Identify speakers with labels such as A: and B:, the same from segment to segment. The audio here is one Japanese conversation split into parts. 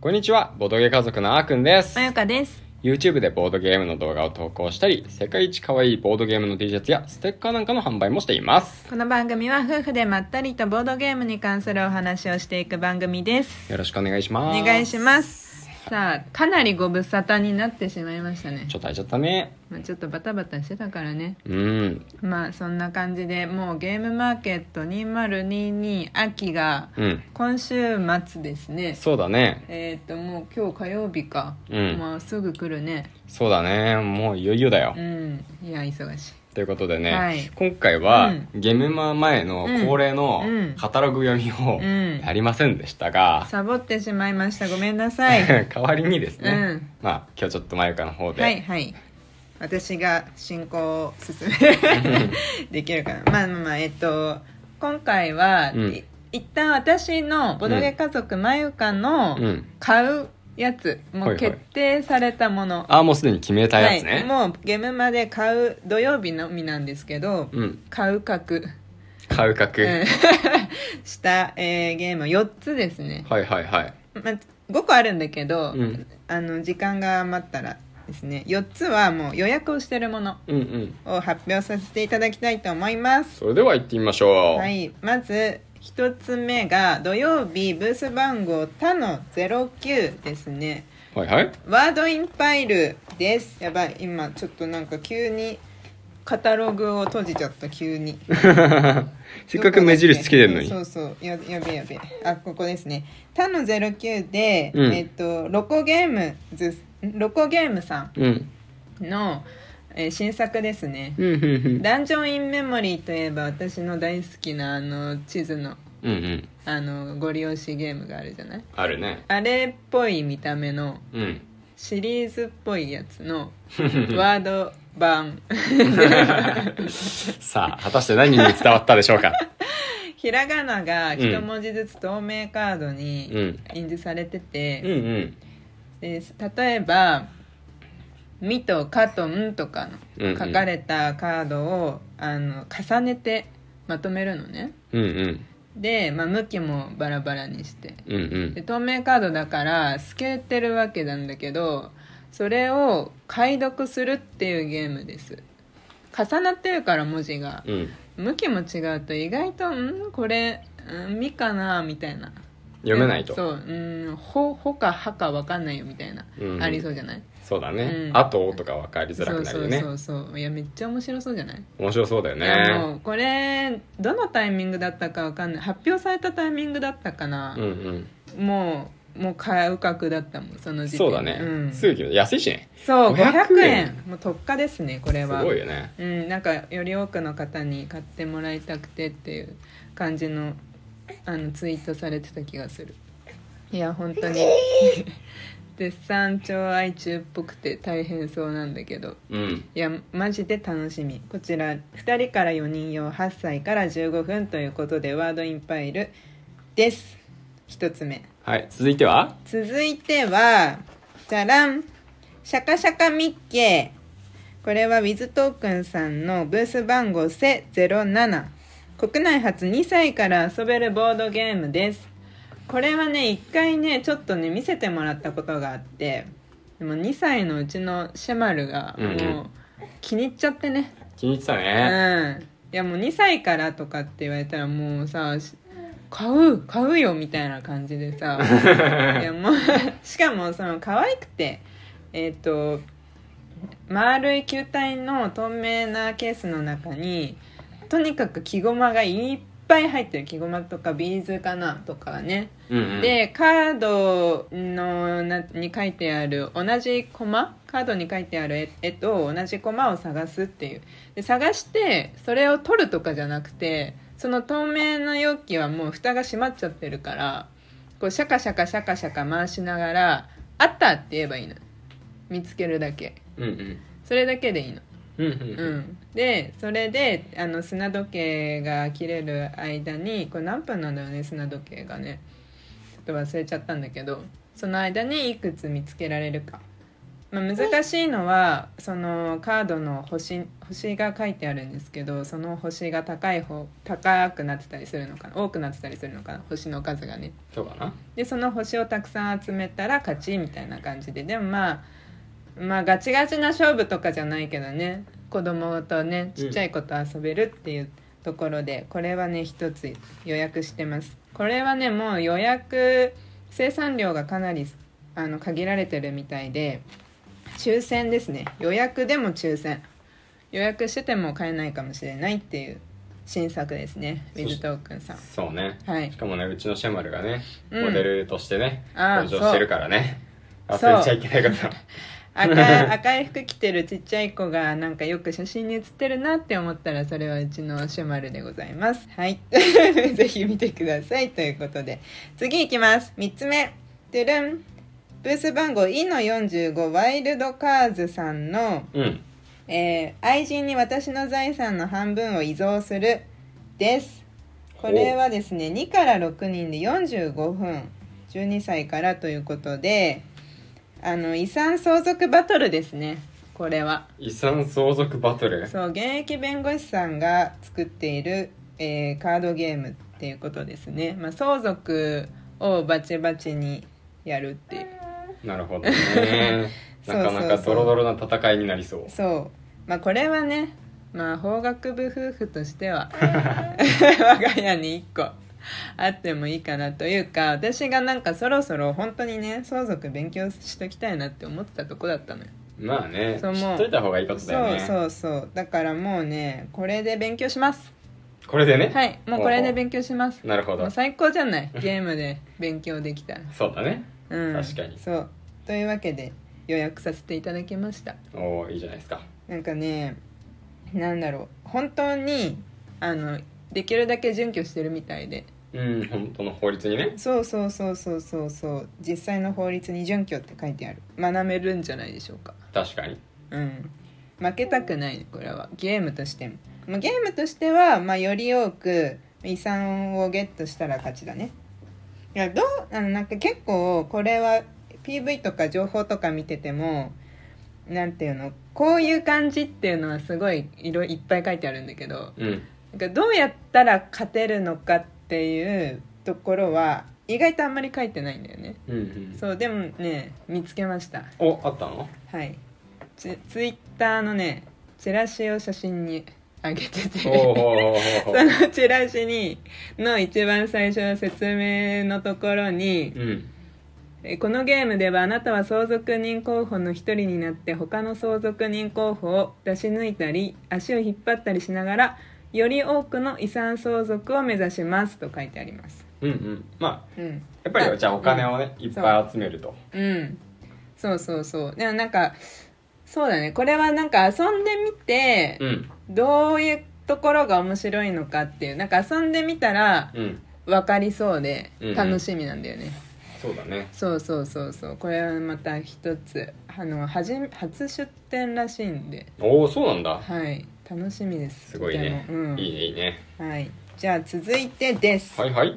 A: こんにちはボードゲー家族のあーくんです
B: まゆかです。
A: YouTube でボードゲームの動画を投稿したり世界一可愛いボードゲームの T シャツやステッカーなんかの販売もしています
B: この番組は夫婦でまったりとボードゲームに関するお話をしていく番組です。
A: よろしくお願いし
B: お
A: ます
B: 願いします。さあ、かなりご無沙汰になってしまいましたね
A: ち。ょっと空いちゃったね
B: まあ、ちょっとバタバタしてたからね。
A: うん
B: まあそんな感じでもうゲームマーケット2022秋が
A: うん
B: 今週末ですね。
A: そうだね
B: えっ、ともう今日火曜日か。
A: うん
B: まあすぐ来るね。
A: そうだねもういよいよだよ、
B: うん。いや忙しい。
A: ということでね、
B: はい
A: 今回は、
B: うん
A: ゲームマー前の恒例の
B: うん
A: カタログ読みを
B: うん
A: やりませんでしたが、
B: サボってしまいました。ごめんなさ い。
A: 代わりにですね、
B: うん
A: まあ今日ちょっとまゆかの方で、
B: はいはい私が進行を進 めできるかなまあまあまあえっと今回は、
A: うん
B: い一旦私のボドゲ家族まゆかの
A: うん
B: 買うやつ、も
A: はいは
B: う
A: い
B: 決定されたもの、
A: ああもうすでに決めたやつね、
B: もうゲームまで買う土曜日のみなんですけど、
A: うん
B: 買う格、
A: 買う格、
B: うん した、えーゲーム4つですね、
A: はいはいはい、
B: まあ、5個あるんだけど、
A: うん、
B: あの時間が余ったらですね4つはもう予約をしてるもの
A: うんうん
B: を発表させていただきたいと思います
A: それでは行ってみましょう、
B: はいまず1つ目が土曜日ブース番号他の09ですね
A: はい はい
B: ワードインパイルですやばい今ちょっとなんか急にカタログを閉じちゃった急に
A: せっかく目印つけてるのに
B: そうそうややべやべあここですね他の09で、
A: うん
B: えっとロコゲームズロコゲームさん
A: うん
B: の、えー新作ですね
A: うんうん
B: 「ダンジョン・イン・メモリー」といえば私の大好きなあの地図の
A: うんうんうん
B: あのご利用しゲームがあるじゃない
A: あるね
B: あれっぽい見た目の
A: うん
B: シリーズっぽいやつの ワード版
A: さあ果たして何に伝わったでしょう か
B: ひらがなが一文字ずつ透明カード
A: う
B: に
A: ん
B: 印字されて
A: うん
B: て、
A: うん
B: で例えば「み」と「か」と「ん」とか
A: うんうん
B: の書かれたカードをあの重ねてまとめるのね
A: うんうん
B: で、まあ、向きもバラバラにして
A: うんうん
B: で透明カードだから透けてるわけなんだけどそれを解読するっていうゲームです重なってるから文字が
A: うん
B: 向きも違うと意外と「んこれ「ん」みかなみたいな
A: 読めないと
B: そう「うんほ」ほか「は」か分かんないよみたいな、
A: うん
B: ありそうじゃない
A: そうだね、
B: うん
A: あととか分かりづら
B: そ
A: く
B: う
A: な
B: そ
A: るよ
B: う
A: ね
B: そうそういやめっちゃ面白そうじゃない
A: 面白そうだよ
B: いや
A: ね
B: もうこれどのタイミングだったかわかんない発表されたタイミングだったかな、
A: うん
B: もうもう買う額だったもんそ
A: う
B: の
A: ん
B: 時点で
A: そうだね、
B: うん、
A: すぐ決めた安いしね
B: そう
A: 500
B: 500円
A: 円
B: もう特価ですねこれ
A: す
B: は
A: ごいよね
B: うん、なんかより多くの方に買ってもらいたくてっていう感じのあのツイートされてた気がするいや本 当に絶賛調愛中っぽくて大変そうなんだけど
A: うん
B: いやマジで楽しみこちら2人から4人用8歳から15分ということでワードインパイルです1つ目
A: はい続いては
B: 続いてはじゃらんシャカシャカミッケーこれはウィズトークンさんのブース番号セ07国内初2歳から遊べるボードゲームですこれはね一回ねちょっとね見せてもらったことがあってでも2歳のうちのシェマルが
A: うんうん
B: もう気に入っちゃってね
A: 気に入ってた
B: うん、
A: ね、
B: いやもう2歳からとかって言われたらもうさし買う買うよみたいな感じでさいやもうしかもその可愛くてえっ、と丸い球体の透明なケースの中にとにかく木駒がいっぱい入ってる木駒とかビーズかなとかね、
A: うんうん、
B: でカードのなに書いてある同じコマカードに書いてある絵絵と同じコマを探すっていうで探してそれを取るとかじゃなくてその透明な容器はもう蓋が閉まっちゃってるからこうシャカシャカシャカシャカ回しながら「あった!」って言えばいいの見つけるだけ
A: うんうん
B: それだけでいいの
A: うんうん
B: う
A: うん
B: ん、でそれであの砂時計が切れる間にこれ何分なんだよね砂時計がねちょっと忘れちゃったんだけどその間にいくつ見つけられるかまあ、難しいのはそのカードの星星が書いてあるんですけどその星が高い方高くなってたりするのかな多くなってたりするのかな星の数がね
A: そうかな
B: でその星をたくさん集めたら勝ちみたいな感じででもまあまあガチガチな勝負とかじゃないけどね子供とねちっちゃい子と遊べるっていうところで、これはね一つ予約してますこれはねもう予約生産量がかなりあの限られてるみたいで抽選ですね予約でも抽選予約してても買えないかもしれないっていう新作ですねウィズトークンさん
A: そうね、
B: はい
A: しかもねうちのシェマルがね
B: うん
A: モデルとしてね、
B: あー
A: 登場してるからね
B: そう
A: 忘れちゃいけないこと
B: 赤い赤い服着てるちっちゃい子がなんかよく写真に写ってるなって思ったらそれはうちのシュマルでございますはい ぜひ見てくださいということで次いきます3つ目てるんブース番号 E の45ワイルドカーズさんの、
A: うん
B: えー愛人に私の財産の半分を遺贈する」ですこれはですね2から6人で45分12歳からということであの遺産相続バトルですねこれは
A: 遺産相続バトル
B: そう現役弁護士さんが作っている、えーカードゲームっていうことですね、まあ、相続をバチバチにやるっていう
A: なるほどね
B: そうそう
A: な
B: そ
A: か
B: う
A: なかドロドロな戦いになりそう
B: そうまあこれはねまあ法学部夫婦とし ては我が家に1個あってもいいかなというか私がなんかそろそろ本当にね相続勉強しときたいなって思ってたとこだったのよ
A: まあね知
B: そうもう
A: っといた方がいいことだよね
B: そうそうそうだからもうねこれで勉強します
A: これでね
B: はいもうこれで勉強します
A: なるほ
B: も
A: ど
B: う最高じゃないゲームで勉強できたら、
A: そうだね
B: うん、
A: 確かに
B: そうというわけで予約させていただきました
A: おおいいじゃないですか
B: なんかねなんだろう本当にあのできるだけ準拠してるみたいで
A: うん本当の法律にね
B: そうそうそうそうそうそう実際の法律に準拠って書いてある学べるんじゃないでしょうか
A: 確かに
B: うん負けたくないこれはゲームとしてもまあゲームとしては、まあ、より多く遺産をゲットしたら勝ちだねいやどうあのなんか結構これは PV とか情報とか見ててもなんていうのこういう感じっていうのはすごいいろいっぱい書いてあるんだけど
A: うん
B: なんかどうやったら勝てるのかっていうところは意外とあんまり書いてないんだよね
A: うんうん
B: そうでもね見つけました
A: おあった の
B: はいツツイッターのねチラシを写真にあげてて
A: お
B: そ
A: お
B: のチラシにの一番最初の説明のところに
A: うん
B: えこのゲームではあなたは相続人候補の一人になって他の相続人候補を出し抜いたり足を引っ張ったりしながらより多くの遺産相続を目指しますと書いてあります
A: うんうんまあ
B: うん
A: やっぱりじゃあお金をねいっぱい集めると
B: うんそうそうそうでもなんかそうだねこれはなんか遊んでみて
A: うん
B: どういうところが面白いのかっていうなんか遊んでみたら
A: うん
B: 分かりそうで
A: うんうん
B: 楽しみなんだよね、
A: そうだね
B: そうそうそうそうこれはまた一つあのはじめ初出店らしいんで
A: おおそうなんだ
B: はい楽しみです
A: すごいね
B: とてもうん
A: いいねいいね
B: はい、じゃあ続いてです、
A: はいはい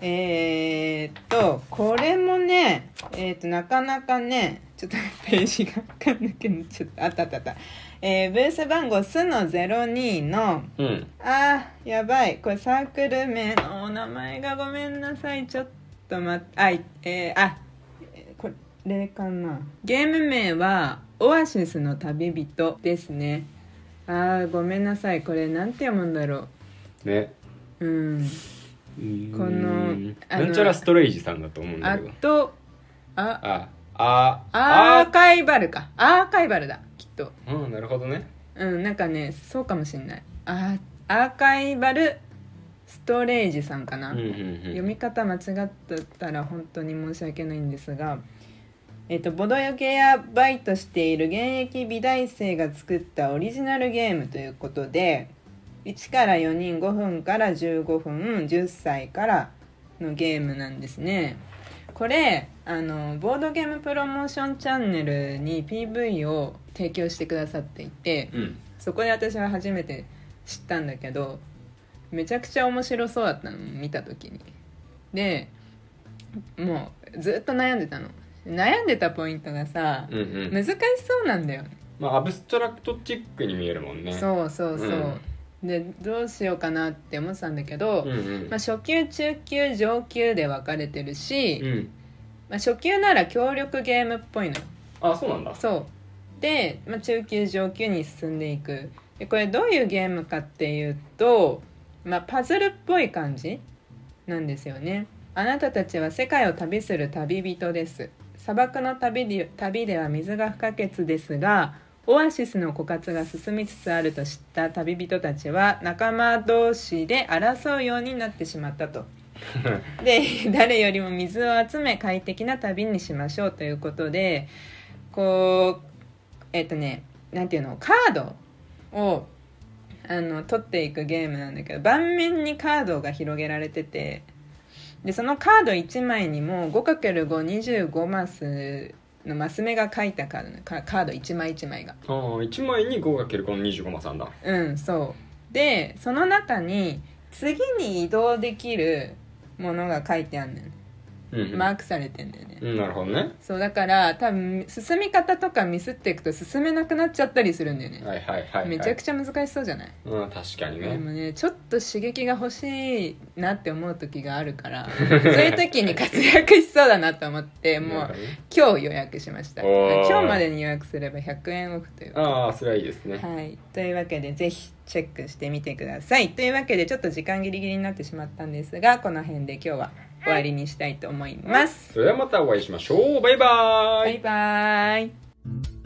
B: えー、っとこれもねえー、っとなかなかねちょっとページが分かんなくなっちゃったあったあったあった、えー、ブース番号すの02の「
A: うん
B: あーやばいこれサークル名のお名前がごめんなさいちょっと待ってあいえー、あえーこれかなゲーム名は「オアシスの旅人」ですねあーごめんなさいこれなんて読むんだろ
A: ね
B: ううん
A: うーん
B: このあ
A: な
B: の
A: んちゃらストレイジさんだと思うんだ
B: あ
A: けど
B: とあ
A: ああ
B: アーカイバルかアーカイバルだきっと
A: あうんなるほどね
B: うんなんかねそうかもしんないあアーカイバルストレージさんか
A: う
B: な、
A: んうんう
B: 読
A: ん
B: み方間違ってたら本当に申し訳ないんですが、えっとボドゲやバイトしている現役美大生が作ったオリジナルゲームということで1から4人5分から15分10歳からのゲームなんですねこれあのボードゲームプロモーションチャンネルに PV を提供してくださっていて
A: うん
B: そこで私は初めて知ったんだけどめちゃくちゃ面白そうだったの見た時にでもうずっと悩んでたの悩んでたポイントがさ、
A: うんうん
B: 難しそうなんだよ、
A: まあアブストラクトチックに見えるもんね
B: そうそうそう、でどうしようかなって思ってたんだけど、
A: うんうん
B: まあ、初級中級上級で分かれてるし、
A: うん
B: まあ、初級なら協力ゲームっぽいのよ
A: あそうなんだ
B: そうで、まあ、中級上級に進んでいくでこれどういうゲームかっていうと、まあ、パズルっぽい感じなんですよねあなたたちは世界を旅する旅人です砂漠の旅で旅では水が不可欠ですがオアシスの枯渇が進みつつあると知った旅人たちは仲間同士で争うようになってしまったとで誰よりも水を集め快適な旅にしましょうということでこうえっ、とねなんていうのカードをあの取っていくゲームなんだけど盤面にカードが広げられててでそのカード1枚にも 5×525 マスのマス目が書いたカードなカカード1枚1枚が
A: ああ一枚に 5× この25マスなんだ
B: うんそうでその中に次に移動できるものが書いてあるんだよね
A: うんうん
B: マークされてんだよね
A: うんなるほどね
B: そうだから多分進み方とかミスっていくと進めなくなっちゃったりするんだよね
A: はいはいはい、はい、
B: めちゃくちゃ難しそうじゃない、
A: うん確かに
B: で
A: ね
B: もねちょっと刺激が欲しいなって思う時があるか らそういう時に活躍しそうだなと思っても
A: なんか
B: う
A: ね
B: 今日予約しました
A: お
B: 今
A: ー
B: 日までに予約すれば100円オフという
A: ああそれはいいですね
B: はい、というわけでぜひチェックしてみてくださいというわけでちょっと時間ギリギリになってしまったんですがこの辺で今日は終わりにしたいと思います
A: それではまたお会いしましょうバイバーイ
B: バイバーイ